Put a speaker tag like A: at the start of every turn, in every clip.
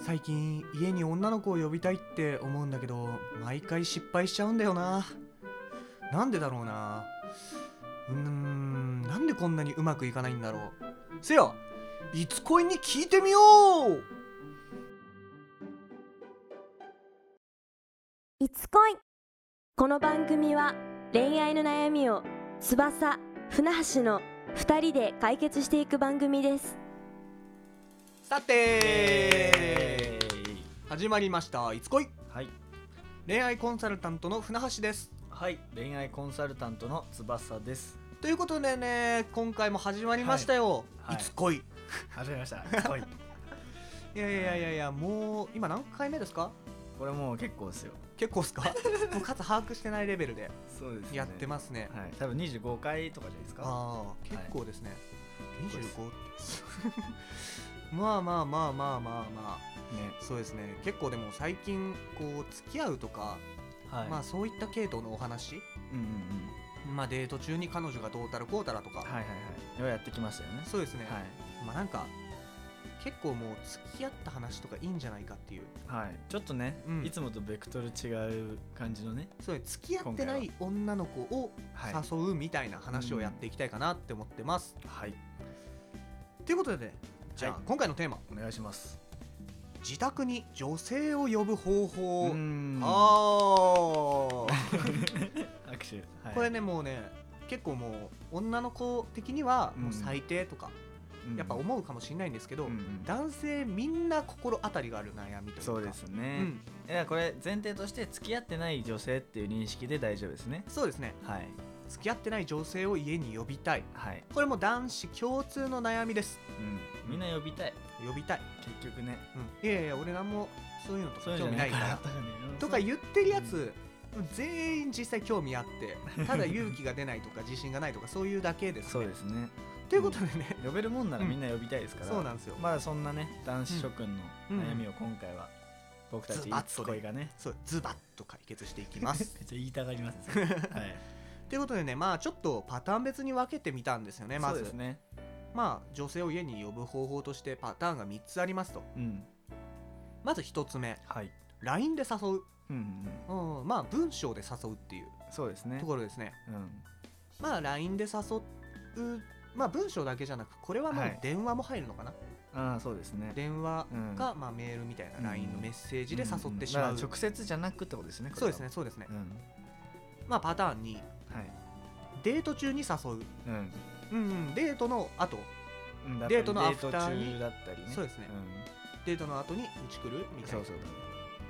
A: 最近家に女の子を呼びたいって思うんだけど毎回失敗しちゃうんだよななんでだろうなうーんなんでこんなにうまくいかないんだろうせやいつ恋に聞いてみよう
B: いつ恋この番組は恋愛の悩みを翼船橋の2人で解決していく番組です
A: さて始まりました「いつ恋
C: はい、」
A: 恋愛コンサルタントの船橋です
C: はい、恋愛コンサルタントの翼です。
A: ということでね今回も始まりましたよ「
C: は
A: い
C: いはい
A: つ恋」
C: 始めました。はい、
A: いやいやいやいやもう今何回目ですか
C: これもう結構ですよ。
A: 結構っすか もう数把握してないレベルで
C: そうです、
A: やってますね
C: はい、多分二十五回とかじゃないですか。
A: ああ結構ですね、
C: 結構です
A: 25って まあまあまあまあまあまあ
C: ね、
A: そうですね結構でも最近こう付き合うとか、
C: はい、
A: まあそういった系統のお話
C: うんうんうん、
A: まあデート中に彼女がどうたらこうたらとか、
C: はいはいはい、ようやってきましたよね。
A: そうですね、
C: は
A: まあなんか結構もう付き合った話とかいいんじゃないかっていう
C: い、はい、ちょっとね、
A: うん
C: いつもとベクトル違う感じのね。
A: そういう付き合ってない女の子を
C: はい、
A: 誘うみたいな話をやっていきたいかなって思ってます。
C: はい、
A: ということでねじゃあ、
C: はい
A: 今回のテーマ
C: お願いします。
A: 自宅に女性を呼ぶ方法、
C: んあ、
A: あー
C: 握手。はい、
A: これねもうね結構もう女の子的にはもう最低とか、
C: うん
A: やっぱ思うかもしれないんですけど、
C: うんうん
A: 男性みんな心当たりがある悩みというか
C: そうです
A: う
C: ね。
A: ん、
C: いやこれ前提として付き合ってない女性っていう認識で大丈夫ですね
A: そうですね
C: はい
A: 付き合ってない女性を家に呼びたい
C: はい、
A: これも男子共通の悩みです
C: うん、みんな呼びたい
A: 呼びたい、
C: 結局ね
A: うん、いやいや俺何もそういうのと
C: そうい
A: か
C: うの
A: 興
C: じ
A: 味
C: ゃ
A: な
C: ないい
A: か
C: からら
A: とか言ってるやつ、全員実際興味あって ただ勇気が出ないとか自信がないとかそういうだけです
C: そう
A: ね
C: ですね
A: ということでね、
C: 呼べるもんならみんな呼びたいですから、
A: そうなんですよ、
C: まだそんなね男子諸君の悩みを今回は僕たち
A: ズバッと
C: い
A: ね
C: つ恋がね
A: そうズバッと解決していきま
C: めっ
A: す
C: ちゃ言いたがります ねはい
A: ということでねまあちょっとパターン別に分けてみたんですよねま
C: そう
A: ず
C: ですね
A: まあ女性を家に呼ぶ方法としてパターンが3つありますと
C: うん
A: まず1つ目
C: はい
A: LINE で誘う、
C: うんうん
A: うん、まあ文章で誘うっていう
C: そうですね
A: ところですね
C: うん
A: まあ LINE で誘うまあ文章だけじゃなくこれはも
C: は
A: う
C: い
A: 電話も入るのかな、
C: ああそうですね
A: 電話
C: うん
A: か、まあ、メールみたいな LINE のメッセージで誘ってし
C: ん
A: まう、
C: んだから直接じゃなくってことですねこれ
A: そう
C: は
A: ですねそうですね、
C: うん
A: まあパターンに
C: はい
A: デート中に誘う、
C: うん
A: うんうん、デートの後
C: うんだった
A: デ
C: り
A: ートのアフターに
C: デート中だったりね
A: そうですねデートの後にうち来る
C: う
A: み
C: ん、
A: たい
C: そ
A: な
C: うそう
A: っ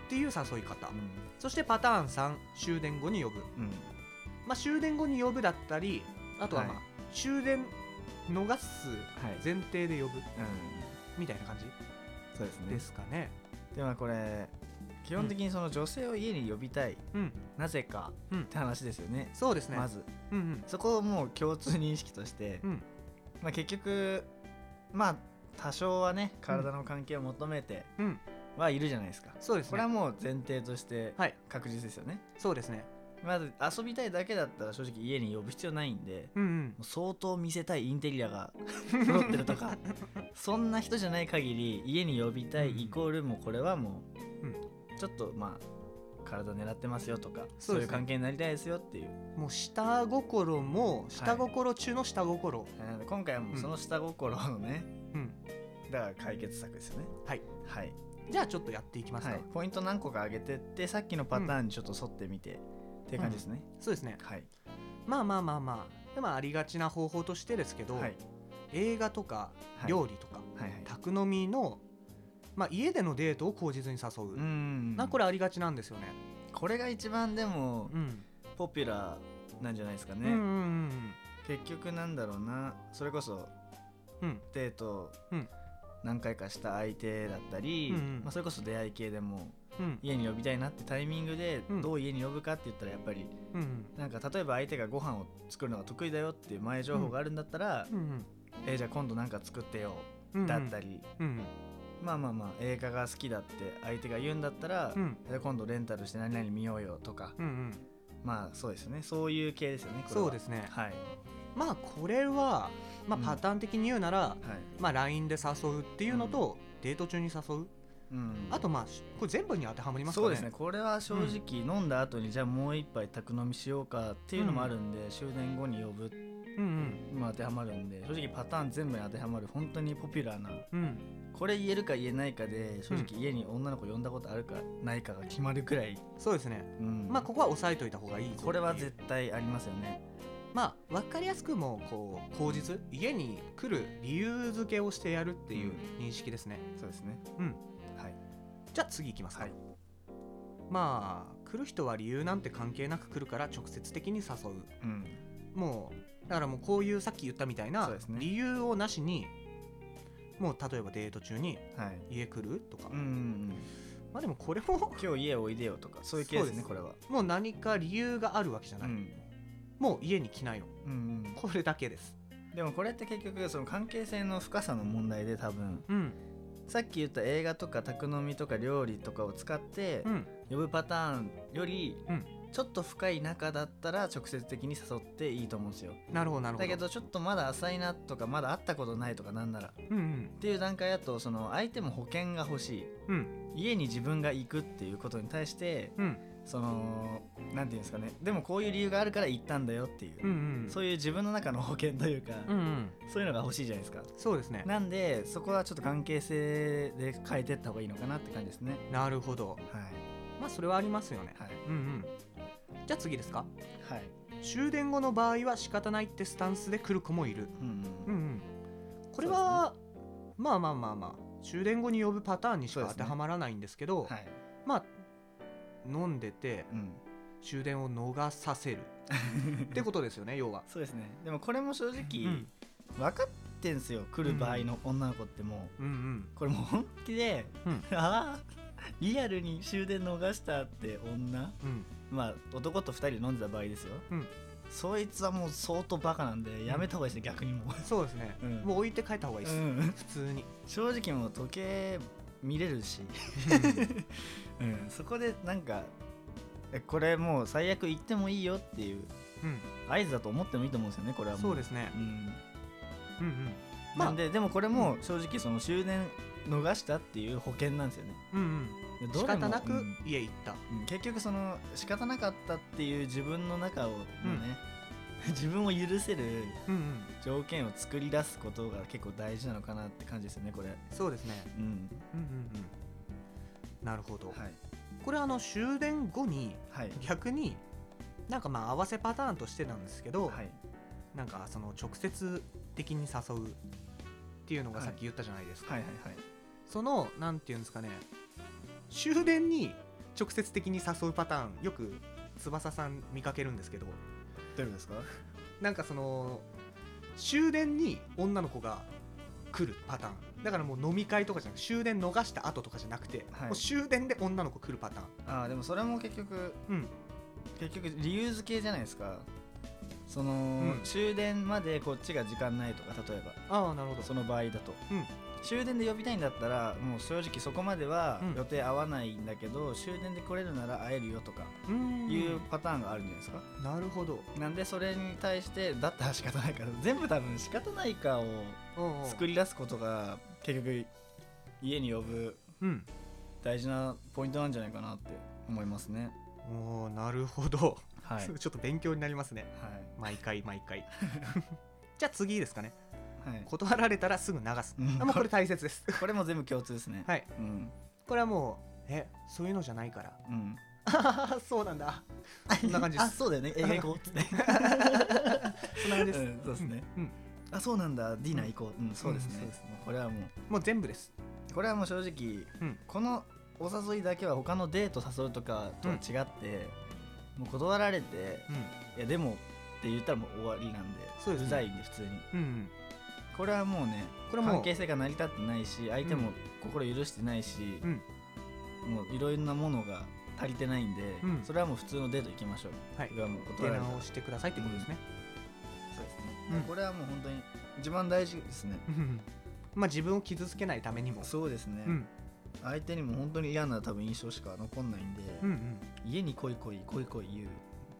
A: ていう誘い方、
C: う
A: そしてパターン3終電後に呼ぶ、
C: ん、うん、
A: まあ、終電後に呼ぶだったりあとはまあ、
C: はい
A: 終電逃す
C: はい、うん、
A: 前提で呼ぶみたいな感じ
C: そうですね
A: ですかね
C: でまあこれ基本的にその女性を家に呼びたい、
A: うん
C: なぜか
A: うん
C: って話ですよね、
A: そうですね、
C: まず
A: うんうん
C: そこをもう共通認識として、
A: うん
C: まあ、結局まあ多少はね体の関係を求めて
A: うん
C: はいるじゃないですか、
A: そうです
C: これ
A: ね
C: はもう前提として
A: はい
C: 確実ですよね、
A: そうですね
C: まず遊びたいだけだったら正直家に呼ぶ必要ないんで
A: うんうん
C: もう相当見せたいインテリアが 揃ってるとかそんな人じゃない限り家に呼びたいイコールもうこれはもう、ちょっとまあ体狙ってますよとか
A: そ
C: そうう,、
A: ですね
C: いう関係になりたいですよっていう
A: もう下心も下心中の下心、
C: なので今回はもうその下心のね、
A: うん
C: だから解決策ですよね
A: はい
C: はい、
A: じゃあちょっとやっていきますか、
C: はい、ポイント何個か上げてってさっきのパターンにちょっと沿ってみて、っていう感じですね、
A: そうですね
C: はい
A: まあまあまあまあでもありがちな方法としてですけど、
C: はい
A: 映画とか
C: はい
A: 料理とか、
C: はいはい
A: 宅飲みの、まあ、家でのデートを口実に誘う、
C: うーん
A: なこれありがちなんですよね、
C: これが一番でも
A: うん
C: ポピュラーなんじゃないですかね、
A: うんうんうん
C: 結局なんだろうなそれこそ
A: うん
C: デート
A: うん
C: 何回かした相手だったり、
A: うんうん
C: まあ、それこそ出会い系でも
A: うん
C: 家に呼びたいなってタイミングで
A: うん
C: どう家に呼ぶかって言ったらやっぱり
A: うんうん
C: なんか例えば相手がご飯を作るのが得意だよっていう前情報があるんだったら、
A: うん
C: えーじゃあ今度何か作ってよ
A: うん
C: だったり、
A: うん
C: まあまあまあ映画が好きだって相手が言うんだったら、
A: うんうん
C: じゃあ今度レンタルして何々見ようよとか、
A: うんうん
C: まあそうですよねそういう系ですよねこれは
A: そうですね
C: はい
A: まあこれは、まあ、
C: うん
A: パターン的に言うなら、
C: はい
A: まあ、LINE で誘うっていうのと、デート中に誘う
C: うん
A: あとまあしこれ全部に当てはまります
C: そ
A: か
C: う
A: ね
C: ですねこれは正直飲んだ後にじゃあもう一杯宅飲みしようかっていうのもあるんで、終電後に呼ぶ
A: うん
C: も当てはまるんで正直パターン全部に当てはまる本当にポピュラーな
A: うんうん
C: これ言えるか言えないかで正直家に女の子呼んだことあるかないかが決まるくらい、
A: そうですね
C: うん
A: まあここは押さえといた方がいいぞっていう
C: これは絶対ありますよね
A: まあ分かりやすくもうこう口実家に来る理由付けをしてやるっていう認識ですね、
C: そうですね
A: うん
C: はい
A: じゃあ次いきますか、
C: はい
A: まあ来る人は理由なんて関係なく来るから直接的に誘う
C: うん
A: もうだからもうこういうさっき言ったみたいな
C: そうですね
A: 理由をなしにもう例えばデート中に
C: は
A: 「
C: い
A: 家来る?」とか、
C: うんうんうん
A: まあでもこれも
C: 今日家おいでよとかそういうケー
A: そ
C: ス
A: う
C: ね
A: です
C: これは
A: もう何か理由があるわけじゃ
C: う
A: ない、
C: ん
A: もう家に来ないの
C: うん
A: これだけです
C: うんでもこれって結局その関係性の深さの問題で多分
A: うん
C: さっき言った映画とか宅飲みとか料理とかを使って
A: うん
C: 呼ぶパターンより
A: うん
C: ちょっと深い仲だったら直接的に誘っていいと思うんですよ
A: なるほどなるほど
C: だけどちょっとまだ浅いなとかまだ会ったことないとかなんならっ
A: うんうん
C: ていう段階だとその相手も保険が欲しい
A: うん
C: 家に自分が行くっていうことに対して
A: うん
C: そのなんていうんですかねでもこういう理由があるから行ったんだよっていう
A: う、んうん
C: そういう自分の中の保険というか、
A: うんうん
C: そういうのが欲しいじゃないですか
A: そうですね
C: なんでそこはちょっと関係性で変えてった方がいいのかなって感じですね
A: なるほど
C: はい
A: まあそれはありますよね
C: はい
A: うんうんじゃあ次ですか
C: はい
A: 終電後の場合は仕方ないってスタンスで来る子もいる
C: うん
A: うんうんこれは、まあまあまあまあ終電後に呼ぶパターンにし
C: そう
A: か当
C: です
A: て
C: ね
A: はまらないんですけど
C: はい
A: まあ飲んでて
C: うん
A: 終電を逃させるってことですよね要は
C: そうですねでもこれも正直、
A: うん
C: 分かってんすよ来る場合の女の子ってもう、
A: うんうん
C: これもう本気で、
A: うん
C: ああリアルに終電逃したって女
A: うん
C: まあ男と2人で飲んでた場合ですよ、
A: うん
C: そいつはもう相当バカなんでやめた方がいいですね、逆にも
A: そうですね、
C: うん、
A: もう置いて帰った方がいいうです、
C: ん、
A: 普通に
C: 正直もう時計見れるし、うん、そこでなんかえこれもう最悪行ってもいいよっていう
A: うん、
C: 合図だと思ってもいいと思うんですよねこれ
A: う
C: は
A: ん、
C: も、
A: そうですすね
C: うん、
A: うんうんまあ
C: なんで、でもこれも正直その終電逃したっていう保険なんですよね
A: うん
C: で
A: うん
C: ど
A: 仕
C: れも
A: 方なく
C: うん
A: 家行った、
C: うん結局その仕方なかったっていう自分の中をね、 自分を許せる
A: うんうん
C: 条件を作り出すことが結構大事なのかなって感じですよねこれ
A: そうですね
C: うん
A: うんうんうんなるほど、
C: はい
A: これあの終電後に
C: はい
A: 逆になんかまあ合わせパターンとしてなんですけど、
C: はい
A: なんかその直接的に誘うっていうのがさっき言ったじゃないですか、
C: はいはい
A: そのなんていうんですかね終電に直接的に誘うパターンよく翼さん見かけるんですけど
C: どういうことですか
A: なんかその終電に女の子が来るパターンだからもう飲み会とかじゃなく終電逃した後とかじゃなくて、
C: はい
A: もう終電で女の子来るパターン
C: ああでもそれも結局
A: うん
C: 結局理由付けじゃないですかその、
A: ん
C: 終電までこっちが時間ないとか例えば
A: ああなるほど
C: その場合だと、
A: うん
C: 終電で呼びたいんだったらもう正直そこまでは
A: うん
C: 予定合わないんだけど、終電で来れるなら会えるよとか
A: うーん
C: いうパターンがあるんじゃないですか、
A: なるほど
C: なんでそれに対してだったら仕方ないから全部多分仕方ないかを
A: おうおう
C: 作り出すことが結局家に呼ぶ
A: うん
C: 大事なポイントなんじゃないかなって思いますね
A: おーなるほど、
C: は い
A: ちょっと勉強になりますね
C: は
A: 毎回毎回 じゃあ次ですかね
C: いはい
A: 断られたらすぐ流す
C: うん
A: あもうこれ大切です
C: これも全部共通ですね
A: はい
C: うん
A: これはもうえそういうのじゃないから
C: うん
A: ああ そうなんだそんな感じで
C: あ
A: す
C: そうだよね映画行こうっつって
A: そんな感じです、
C: うんそうですね
A: うん
C: あそうなんだディナー行こううんそうですね
A: うんそうですね
C: これはも
A: もう全部です
C: うこれはもう正直
A: うん
C: このお誘いだけは他のデート誘うとかとは違ってもう断られて
A: うん
C: いやでもって言ったらもう終わりなんで
A: そうですね
C: ざいんで普通に
A: うんうん
C: これはもうね
A: これもう
C: 関係性が成り立ってないし相手も心許してないし、
A: うん
C: もういろいろなものが足りてないんで、
A: うん
C: それはもう普通のデート行きましょう
A: はい
C: これはもう
A: 出
C: 断られた
A: 直してくださいってことですね
C: そうですね、
A: うん
C: これはもう本当に一番大事ですね
A: うんうんまあ自分を傷つけないためにも
C: そうですね、
A: うん
C: 相手にも本当に嫌な多分印象しか残んないんで、
A: うんうん
C: 家に来い来い来い来い言う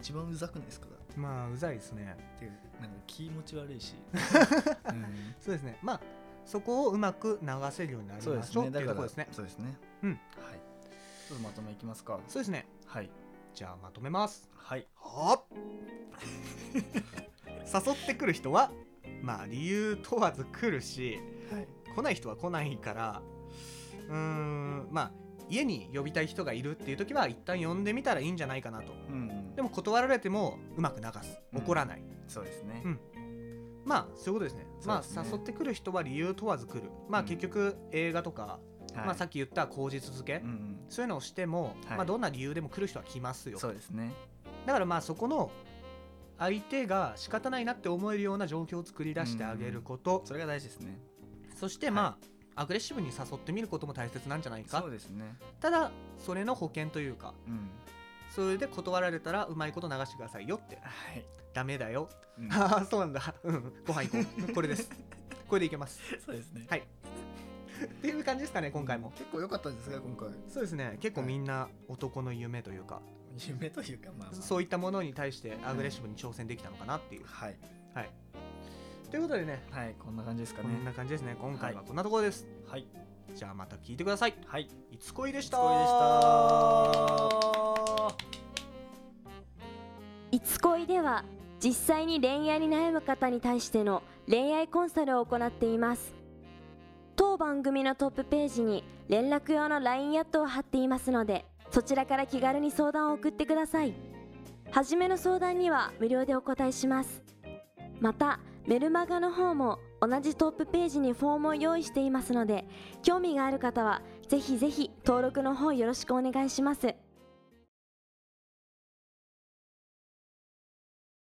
C: 一番うざくないですかだっ
A: まあうざいですね
C: てなんか気持ち悪いし、うん
A: そうですねまあそこをうまく流せるようになり
C: そうで
A: ますしょう
C: ね
A: って
C: だ
A: いう
C: か
A: とこ
C: ら
A: ろですね
C: そうですね
A: うん
C: はいちょっとまとめいきますか
A: そうですね
C: はい
A: じゃあまとめます
C: はい
A: はあ 誘ってくる人はまあ理由問わず来るし
C: はい
A: 来ない人は来ないからうーんまあ家に呼びたい人がいるっていう時は一旦呼んでみたらいいんじゃないかなと
C: うんうん
A: でも断られてもうまく流す
C: うん
A: 怒らない、
C: そうですね
A: うんまあそういうことですね
C: そう
A: ま
C: ですね
A: あ誘ってくる人は理由問わず来るまあ
C: うん
A: 結局映画とか、
C: はい
A: まあ、さっき言った口実付け、
C: うんうん
A: そういうのをしても、
C: はい
A: まあ、どんな理由でも来る人は来ますよ
C: そうですね
A: だからまあそこの相手が仕方ないなって思えるような状況を作り出してあげること、
C: それが大事ですね
A: そしてまあ、アグレッシブに誘ってみることも大切なんじゃないか
C: そうですね
A: ただそれの保険というか
C: うん
A: それで断られたらうまいこと流してくださいよって
C: はい
A: ダメだよ
C: うん
A: ああそうなんだうんご飯行こうこれですこれでいけます
C: そうですね
A: はいっていう感じですかね今回も
C: 結構良かったですね今回
A: そうですね結構みんな男の夢というか、
C: 夢というかまあまあ
A: そういったものに対してアグレッシブに挑戦できたのかなっていう、
C: はい
A: はいということでね
C: はいこんな感じですか
A: こ
C: ね
A: んな感じですね今回はこんなところです、
C: はい
A: じゃあまた聞いてください
C: はい
A: いつこいでした
C: いつこい
B: いつ恋
C: でした
B: では実際に恋愛に悩む方に対しての恋愛コンサルを行っています当番組のトップページに連絡用の LINE アットを貼っていますのでそちらから気軽に相談を送ってください初めの相談には無料でお答えしますまたメルマガの方も同じトップページにフォームを用意していますので興味がある方はぜひぜひ登録の方よろしくお願いします